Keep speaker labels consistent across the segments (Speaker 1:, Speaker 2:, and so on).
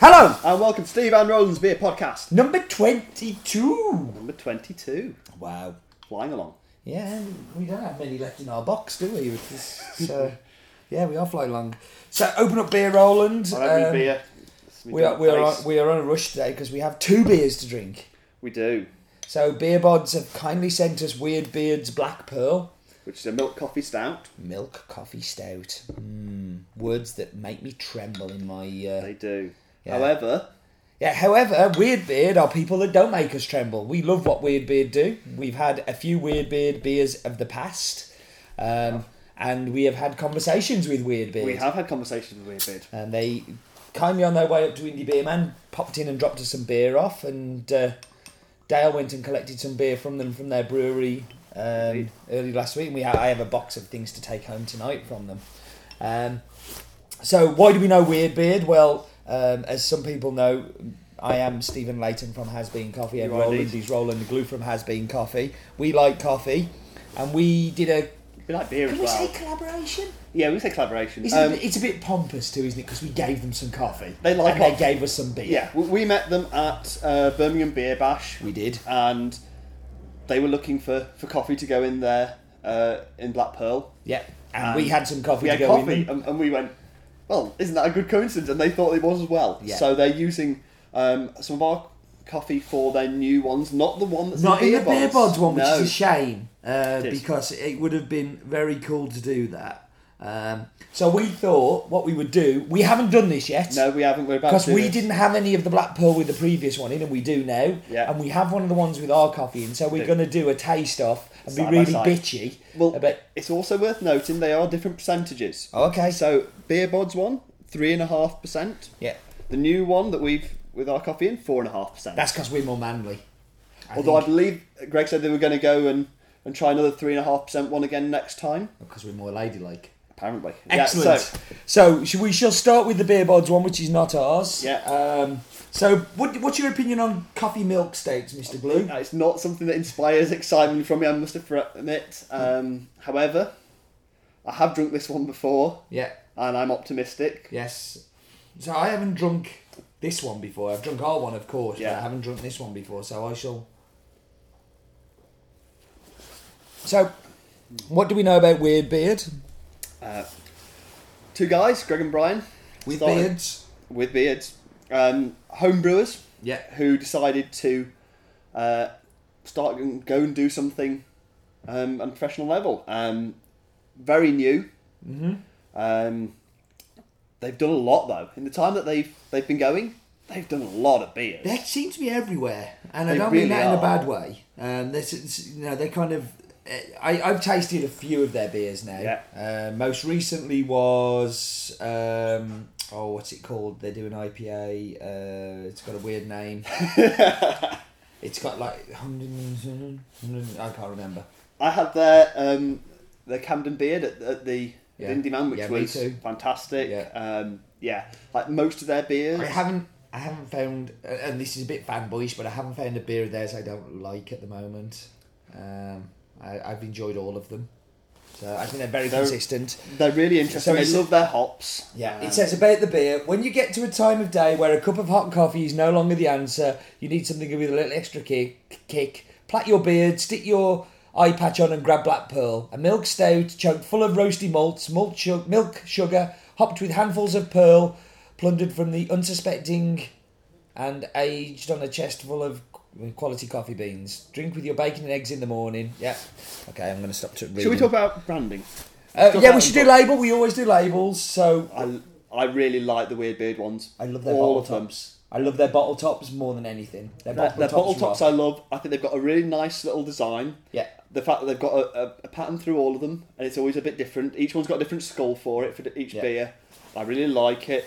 Speaker 1: Hello,
Speaker 2: And welcome to Steve and Roland's Beer Podcast,
Speaker 1: number 22.
Speaker 2: number 22.
Speaker 1: Wow.
Speaker 2: Flying along.
Speaker 1: Yeah, we don't have many left in our box, do we? So, yeah, we are flying along. So, open up beer, Roland.
Speaker 2: I don't
Speaker 1: Um,
Speaker 2: need beer. It's me
Speaker 1: We are,
Speaker 2: dog
Speaker 1: we, are
Speaker 2: face.
Speaker 1: on, we are on a rush today because we have two beers to drink.
Speaker 2: We do,
Speaker 1: So, Beer Bods have kindly sent us Weird Beard's Black Pearl
Speaker 2: which is a milk coffee stout.
Speaker 1: Milk Coffee Stout. Mm, words that make me tremble in my. Uh...
Speaker 2: They do.
Speaker 1: Yeah.
Speaker 2: However,
Speaker 1: Yeah, however, Weird Beard are people that don't make us tremble. We love what Weird Beard do. We've had a few Weird Beard beers of the past, um, and we have had conversations with Weird Beard.
Speaker 2: we have had conversations with Weird Beard.
Speaker 1: and they kindly on their way up to Indie Beer Man popped in and dropped us some beer off, and uh, Dale went and collected some beer from them from their brewery um,
Speaker 2: Indeed.
Speaker 1: early last week. And we ha- I have a box of things to take home tonight from them. Um, so why do we know Weird Beard? Well, um, as some people know. I am Stephen Layton from Has Been Coffee, and
Speaker 2: You are
Speaker 1: Roland
Speaker 2: indeed.
Speaker 1: is Roland Glue from Has Been Coffee. We like coffee, and we did a.
Speaker 2: We like beer
Speaker 1: Can
Speaker 2: as
Speaker 1: we say
Speaker 2: well.
Speaker 1: collaboration?
Speaker 2: Yeah, we say collaboration.
Speaker 1: It's,
Speaker 2: Um,
Speaker 1: a bit, it's a bit pompous too, isn't it? Because we gave them some coffee.
Speaker 2: They like
Speaker 1: and they
Speaker 2: coffee.
Speaker 1: gave us some beer.
Speaker 2: yeah, we- we met them at uh, Birmingham Beer Bash.
Speaker 1: we did.
Speaker 2: And they were looking for, for coffee to go in there uh, in Black Pearl.
Speaker 1: Yeah, and
Speaker 2: Um,
Speaker 1: we had some coffee
Speaker 2: we
Speaker 1: to
Speaker 2: had
Speaker 1: go
Speaker 2: coffee
Speaker 1: in.
Speaker 2: and, and we went well isn't that a good coincidence and they thought it was as well
Speaker 1: Yeah.
Speaker 2: so they're using um, some of our coffee for their new ones not the one that's
Speaker 1: Not in
Speaker 2: beer
Speaker 1: the beer
Speaker 2: bods.
Speaker 1: bods one, which
Speaker 2: no.
Speaker 1: is a shame uh,
Speaker 2: is.
Speaker 1: because it would have been very cool to do that. Um, so we thought what we would do. We haven't done this yet.
Speaker 2: no we haven't we're about
Speaker 1: Because
Speaker 2: to do
Speaker 1: we
Speaker 2: this.
Speaker 1: didn't have any of the black pearl with the previous one in, and we do now.
Speaker 2: Yeah.
Speaker 1: And we have one of the ones with our coffee in, so we're
Speaker 2: Do.
Speaker 1: going to do a taste off and
Speaker 2: Side by
Speaker 1: be really
Speaker 2: side.
Speaker 1: bitchy.
Speaker 2: well
Speaker 1: about,
Speaker 2: it's also worth noting they are different percentages
Speaker 1: okay. So
Speaker 2: so beer bods one three and a half percent
Speaker 1: yeah,
Speaker 2: the new one that we've with our coffee in four and a half percent
Speaker 1: that's because we're more manly. I
Speaker 2: although
Speaker 1: think.
Speaker 2: I believe Greg said they were going to go and and try another three and a half percent one again next time
Speaker 1: because we're more ladylike.
Speaker 2: apparently Yeah, so-
Speaker 1: Excellent. so, shall we shall start with the beer bods one, which is not ours.
Speaker 2: Yeah.
Speaker 1: Um, so, what, what's your opinion on coffee milk stouts, Mister Blue?
Speaker 2: Uh, It's not something that inspires excitement from me, I must admit. Um, however, I have drunk this one before,
Speaker 1: Yeah.
Speaker 2: and I'm optimistic.
Speaker 1: Yes. So I haven't drunk this one before. I've drunk our one, of course, but
Speaker 2: Yeah.
Speaker 1: I haven't drunk this one before. So I shall. So, what do we know about Weird Beard?
Speaker 2: Uh, two guys, Greg and Brian,
Speaker 1: With
Speaker 2: started-
Speaker 1: beards.
Speaker 2: with beards, um, homebrewers,
Speaker 1: Yeah.
Speaker 2: who decided to uh, start and go and do something um, on a professional level. Um, very new. Mm-hmm. Um, they've done a lot though. In the time that they've they've been going, they've done a lot of beers.
Speaker 1: They seem to be everywhere, and I
Speaker 2: They
Speaker 1: don't mean
Speaker 2: really
Speaker 1: that in a
Speaker 2: are.
Speaker 1: bad way. Um, this is, you know, they kind of. eh, I, I've tasted a few of their beers now. Uh, most recently was um, oh, what's it called? They do an IPA. Uh, it's got a weird name. it's got like 100, 100 I can't remember.
Speaker 2: I had their um, their Camden beard at, at the
Speaker 1: Yeah.
Speaker 2: Indie Man, which
Speaker 1: Yeah, me
Speaker 2: was
Speaker 1: too.
Speaker 2: fantastic.
Speaker 1: Yeah.
Speaker 2: Um, yeah, like most of their beers.
Speaker 1: I haven't. I haven't found, uh, and this is a bit fanboyish, but I haven't found a beer of theirs I don't like at the moment. Um, I, I've enjoyed all of them, so I think they're very
Speaker 2: They're-
Speaker 1: consistent.
Speaker 2: They're really
Speaker 1: So
Speaker 2: interesting.
Speaker 1: it's-
Speaker 2: they love their hops.
Speaker 1: Yeah,
Speaker 2: Um,
Speaker 1: it says about the beer. When you get to a time of day where a cup of hot coffee is no longer the answer, you need something with a little extra kick. kick. Plait your beard, stick your eye patch on, and grab Black Pearl. A milk stout choked full of roasty malts, malt su- milk sugar, hopped with handfuls of pearl, plundered from the unsuspecting, and aged on a chest full of qu- quality coffee beans. Drink with your bacon and eggs in the morning. Yeah. Okay, I'm going to stop to read.
Speaker 2: Should we talk about branding?
Speaker 1: Uh,
Speaker 2: talk
Speaker 1: yeah, we
Speaker 2: about
Speaker 1: should
Speaker 2: them?
Speaker 1: do label. We always do labels. So
Speaker 2: I, I really like the Weird Beard ones.
Speaker 1: I love their
Speaker 2: All
Speaker 1: bottle
Speaker 2: of them.
Speaker 1: tops. I love their bottle tops more than anything. Their
Speaker 2: Their,
Speaker 1: bottle
Speaker 2: their
Speaker 1: tops.
Speaker 2: bottle tops
Speaker 1: rock.
Speaker 2: I love. I think they've got a really nice little design.
Speaker 1: yeah,
Speaker 2: The fact that they've got a, a, a pattern through all of them, and it's always a bit different. Each one's got a different skull for it for each
Speaker 1: Yeah.
Speaker 2: beer. I really like it.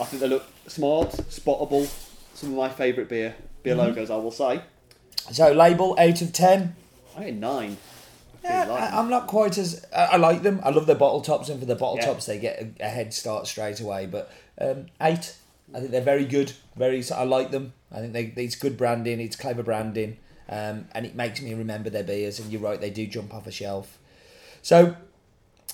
Speaker 2: I think they look smart, spottable. Some of my favourite beer beer
Speaker 1: Mm-hmm.
Speaker 2: logos, I will say.
Speaker 1: so label out of ten.
Speaker 2: I get nine. I
Speaker 1: Yeah,
Speaker 2: really like
Speaker 1: I,
Speaker 2: them.
Speaker 1: I'm not quite as I, I like them. I love their bottle tops, and for the bottle
Speaker 2: Yeah.
Speaker 1: tops, they get a, a head start straight away. But um, eight, I think they're very good. Very, I like them. I think they, it's good branding. It's clever branding, um, and it makes me remember their beers. And you're right, they do jump off a shelf. So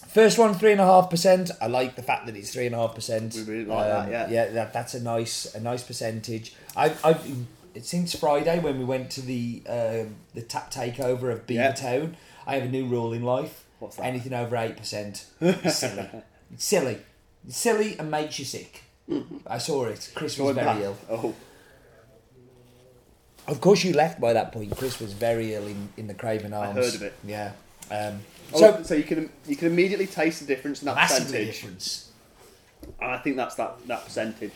Speaker 1: First one, three and a half percent. I like the fact that it's three and a half percent. Um,
Speaker 2: We really like that, yeah.
Speaker 1: yeah, that, that's a nice, a nice percentage. I, I, since Friday when we went to the um the tap takeover of Beavertown,
Speaker 2: Yeah.
Speaker 1: I have a new rule in life.
Speaker 2: What's that?
Speaker 1: Anything over eight percent, silly, it's silly, it's silly, and makes you sick.
Speaker 2: Mm-hmm.
Speaker 1: I saw it. Chris was
Speaker 2: Going
Speaker 1: very
Speaker 2: back.
Speaker 1: ill.
Speaker 2: Oh,
Speaker 1: Of course, you left by that point. Chris was very ill in, in the Craven Arms.
Speaker 2: heard of it.
Speaker 1: Yeah. Um,
Speaker 2: Oh,
Speaker 1: so
Speaker 2: so, you can you can immediately taste the difference in that
Speaker 1: massively
Speaker 2: percentage,
Speaker 1: difference.
Speaker 2: and I think that's that that percentage.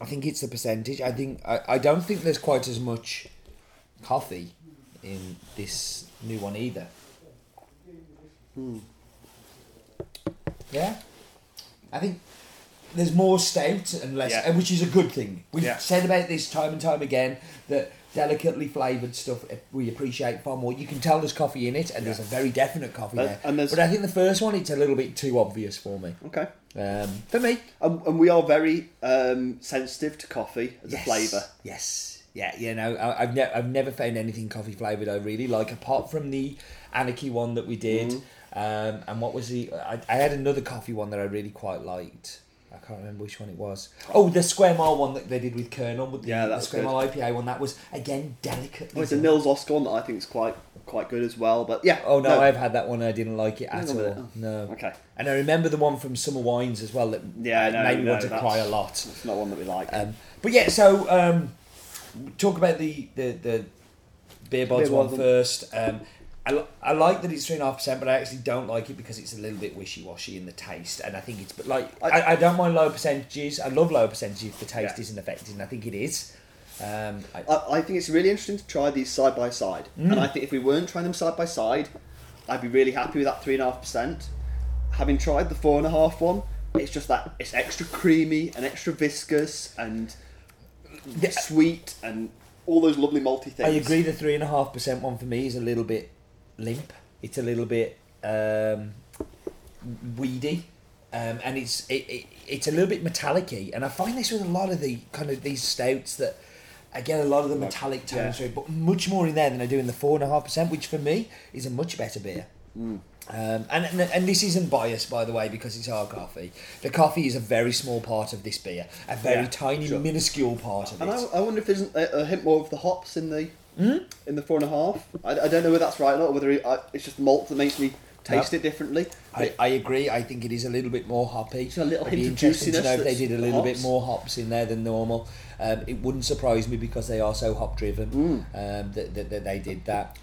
Speaker 1: I think it's the percentage. I think I, I don't think there's quite as much coffee in this new one either.
Speaker 2: Hmm.
Speaker 1: Yeah, I think there's more stout and less,
Speaker 2: Yeah.
Speaker 1: and which is a good thing. We've
Speaker 2: Yeah.
Speaker 1: said about this time and time again that delicately flavored stuff eh, we appreciate far more. You can tell there's coffee in it, and there's a very definite coffee
Speaker 2: And-
Speaker 1: there.
Speaker 2: and there's-
Speaker 1: but I think the first one it's a little bit too obvious for me.
Speaker 2: Okay,
Speaker 1: Um, for me,
Speaker 2: and, and we are very um, sensitive to coffee as a flavour.
Speaker 1: Yes. Yeah, you know, I, I've, ne- I've never found anything coffee flavoured I really like, apart from the Anarchy one that we did.
Speaker 2: Mm.
Speaker 1: Um, and what was the. I, I had another coffee one that I really quite liked. I can't remember which one it was. Oh, the Square Mile one that they did with Colonel, with the,
Speaker 2: Yeah, that
Speaker 1: the
Speaker 2: was
Speaker 1: Square
Speaker 2: good.
Speaker 1: Mile IPA one. That was, again, delicate.
Speaker 2: Well, it's a Nils Oscar one that I think is quite quite good as well. But yeah,
Speaker 1: Oh, no, I've had that one and I didn't like it at
Speaker 2: No,
Speaker 1: all.
Speaker 2: no,
Speaker 1: No.
Speaker 2: okay,
Speaker 1: And I remember the one from Summer Wines as well that
Speaker 2: Yeah, I know,
Speaker 1: made me
Speaker 2: no,
Speaker 1: want to
Speaker 2: that's-
Speaker 1: cry a lot.
Speaker 2: it's not one that we like.
Speaker 1: Um, but yeah, so um, talk about the the, the beer bods
Speaker 2: Beer
Speaker 1: one
Speaker 2: bods.
Speaker 1: first. Um, I, li- I like that it's three and a half percent, but I actually don't like it because it's a little bit wishy washy in the taste, and I think it's but like
Speaker 2: I-
Speaker 1: I, I don't mind lower percentages. I love lower percentages if the taste
Speaker 2: Yeah.
Speaker 1: isn't affected, and I think it is. Um, I,
Speaker 2: I, I think it's really interesting to try these side by side,
Speaker 1: Mm.
Speaker 2: and I think if we weren't trying them side by side, I'd be really happy with that three and a half percent. Having tried the four and a half one, it's just that it's extra creamy and extra viscous and
Speaker 1: Yeah.
Speaker 2: sweet and all those lovely malty things.
Speaker 1: I agree. The three and a half percent one for me is a little bit limp. It's a little bit um, weedy, um, and it's it, it, it's a little bit metallicy. And I find this with a lot of the kind of these stouts that I get a lot of the metallic tones
Speaker 2: yeah.
Speaker 1: through, but much more in there than I do in the four and a half percent, which for me is a much better beer.
Speaker 2: Mm.
Speaker 1: Um, and, and and this isn't biased, by the way, because it's our coffee. The coffee is a very small part of this beer, a very
Speaker 2: Yeah,
Speaker 1: tiny,
Speaker 2: sure.
Speaker 1: minuscule part of
Speaker 2: And
Speaker 1: it.
Speaker 2: I, I wonder if there isn't a, a hint more of the hops in the
Speaker 1: Hmm?
Speaker 2: in the four and a half. I, I don't know whether that's right or not. Whether it, I, it's just the malt that makes me taste it differently.
Speaker 1: I, I agree. I think it is a little bit more hoppy.
Speaker 2: a little
Speaker 1: I'd be
Speaker 2: hint of
Speaker 1: interested to know if they
Speaker 2: juiciness
Speaker 1: did a
Speaker 2: that's
Speaker 1: little bit
Speaker 2: hops.
Speaker 1: more hops in there than normal. Um, it wouldn't surprise me because they are so hop driven um, that, that, that they did that.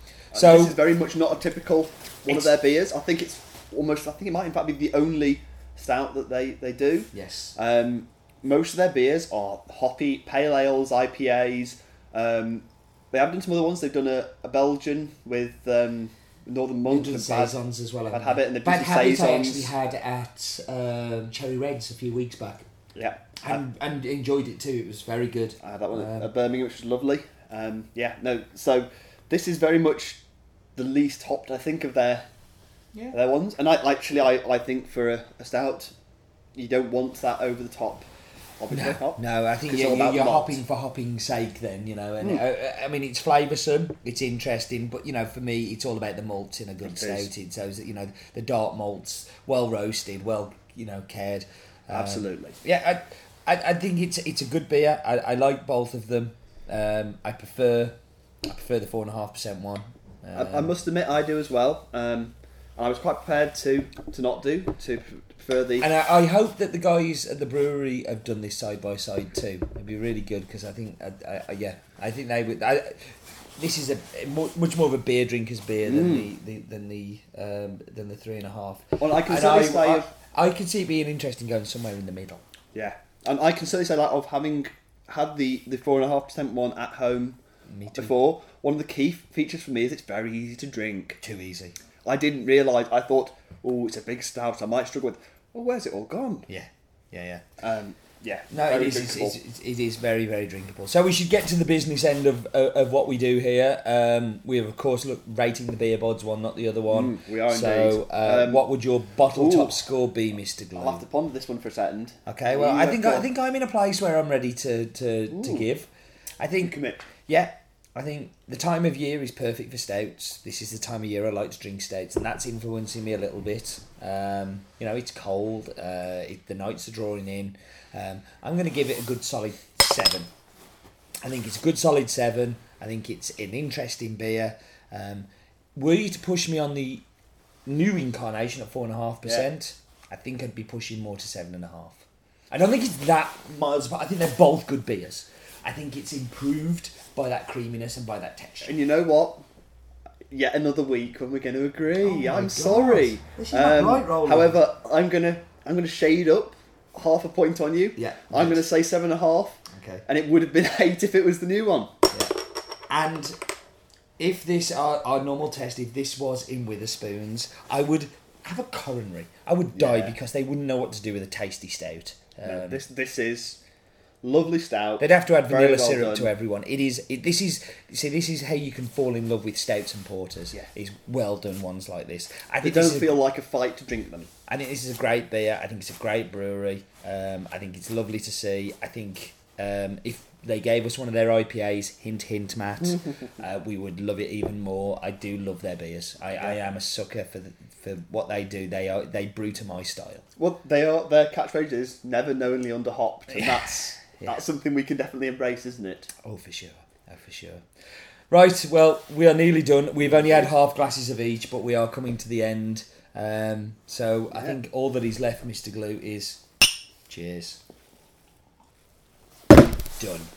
Speaker 1: So
Speaker 2: So Mm. Uh, this is very much not a typical one
Speaker 1: It's-
Speaker 2: of their beers. I think it's almost. I think it might in fact be the only stout that they they do.
Speaker 1: yes,
Speaker 2: Um, most of their beers are hoppy pale ales, IPAs. Um, they have done some other ones. They've done a, a Belgian with um, Northern Monk
Speaker 1: did
Speaker 2: and Bad.
Speaker 1: saisons as well.
Speaker 2: Bad
Speaker 1: haven't
Speaker 2: Habit
Speaker 1: they?
Speaker 2: and the
Speaker 1: bad
Speaker 2: Busy
Speaker 1: habit. I
Speaker 2: Saisons.
Speaker 1: actually had at um, Cherry Reds a few weeks back,
Speaker 2: Yeah, I,
Speaker 1: and and enjoyed it too. It was very good.
Speaker 2: I had Ah. Uh, that one at
Speaker 1: Um,
Speaker 2: at Birmingham, which was lovely. Um, yeah, no. So this is very much the least hopped I think of their
Speaker 1: Yeah.
Speaker 2: their ones. And I actually I, I think for a, a stout, you don't want that over the top. Obviously,
Speaker 1: No,
Speaker 2: hop.
Speaker 1: no, I think
Speaker 2: 'Cause
Speaker 1: you're,
Speaker 2: it's all
Speaker 1: you're,
Speaker 2: about
Speaker 1: you're
Speaker 2: the Hmm. malt.
Speaker 1: hopping for hopping's sake, then you know. And uh, I mean, it's flavoursome, it's interesting, but you know, for me, it's all about the malts in a good
Speaker 2: It
Speaker 1: stout.
Speaker 2: is.
Speaker 1: It shows that you know the dark malts, well roasted, well you know cared. Um,
Speaker 2: Absolutely.
Speaker 1: Yeah, I, I, I think it's it's a good beer. I, I like both of them. Um, I prefer I prefer the four and a half percent one. Um,
Speaker 2: I, I must admit, I do as well. Um, and I was quite prepared to to not do to prefer the.
Speaker 1: And I, I hope that the guys at the brewery have done this side by side too. It'd be really good because I think, I, I, yeah, I think they would. I, this is a mu- much more of a beer drinker's beer than the, the than the um, than the three and a half.
Speaker 2: Well, I can
Speaker 1: And
Speaker 2: certainly say
Speaker 1: I,
Speaker 2: of-
Speaker 1: I can see it being interesting going somewhere in the middle.
Speaker 2: yeah, and I can certainly say that of having had the the four and a half percent one at home
Speaker 1: Me too.
Speaker 2: before. One of the key features for me is it's very easy to drink.
Speaker 1: Too easy.
Speaker 2: I didn't realise. I thought, oh, it's a big stout. I might struggle with. Oh, where's it all gone?
Speaker 1: Yeah, yeah, yeah.
Speaker 2: Um, yeah.
Speaker 1: No,
Speaker 2: very
Speaker 1: it is. It's,
Speaker 2: drinkable.
Speaker 1: it's, it's, it is very, very drinkable. So we should get to the business end of of, of what we do here. Um, we have, of course, look rating the beer bods one, not the other one.
Speaker 2: Mm, we are
Speaker 1: so,
Speaker 2: indeed.
Speaker 1: Uh,
Speaker 2: Um,
Speaker 1: what would your bottle
Speaker 2: ooh.
Speaker 1: top score be, Mister
Speaker 2: I'll have to
Speaker 1: Glue?
Speaker 2: ponder this one for a second.
Speaker 1: Okay. Well,
Speaker 2: You
Speaker 1: I
Speaker 2: have
Speaker 1: think
Speaker 2: to
Speaker 1: I think I'm in a place where I'm ready to to, to
Speaker 2: Ooh.
Speaker 1: give. I think
Speaker 2: commit.
Speaker 1: Yeah, I think the time of year is perfect for stouts. This is the time of year I like to drink stouts, and that's influencing me a little bit. Um, you know, it's cold. Uh, it, the nights are drawing in. Um, I'm going to give it a good solid seven. I think it's a good solid seven. I think it's an interesting beer. Um, were you to push me on the new incarnation at four and a half percent, I think I'd be pushing more to seven and a half. I don't think it's that miles apart. I think they're both good beers. I think it's improved by that creaminess and by that texture.
Speaker 2: And you know what? Yet another week when we're going to agree.
Speaker 1: Oh my
Speaker 2: I'm
Speaker 1: God.
Speaker 2: sorry. Um,
Speaker 1: This is not right, Roland.
Speaker 2: However, I'm gonna I'm gonna shade up half a point on you.
Speaker 1: Yeah,
Speaker 2: I'm
Speaker 1: right.
Speaker 2: gonna say seven and a half.
Speaker 1: Okay.
Speaker 2: And it would have been eight if it was the new one.
Speaker 1: And if this our, our normal test, if this was in Witherspoons, I would have a coronary. I would die
Speaker 2: Yeah.
Speaker 1: because they wouldn't know what to do with a tasty stout. Um,
Speaker 2: No, this this is lovely stout.
Speaker 1: They'd have to add
Speaker 2: Very
Speaker 1: vanilla
Speaker 2: well
Speaker 1: syrup
Speaker 2: done.
Speaker 1: to everyone. It is it, this is see this is how you can fall in love with stouts and porters.
Speaker 2: Yeah.
Speaker 1: is well done ones like this. I
Speaker 2: They
Speaker 1: think
Speaker 2: don't
Speaker 1: this is a-
Speaker 2: feel like a fight to drink them.
Speaker 1: I think this is a great beer. I think it's a great brewery. Um, I think it's lovely to see. I think um, if they gave us one of their IPAs, hint, hint, Matt, uh, we would love it even more. I do love their beers. I, I am a sucker for the, for what they do. They are they brew to my style.
Speaker 2: Well, they are their catchphrase is never knowingly under hopped, and that's
Speaker 1: Yeah.
Speaker 2: that's something we can definitely embrace, isn't it?
Speaker 1: Oh, for sure. Oh, for sure. Right, well, we are nearly done. We've only had half glasses of each, but we are coming to the end. Um, so I
Speaker 2: Yeah.
Speaker 1: think all that is left, Mr. Glue, is cheers. Done.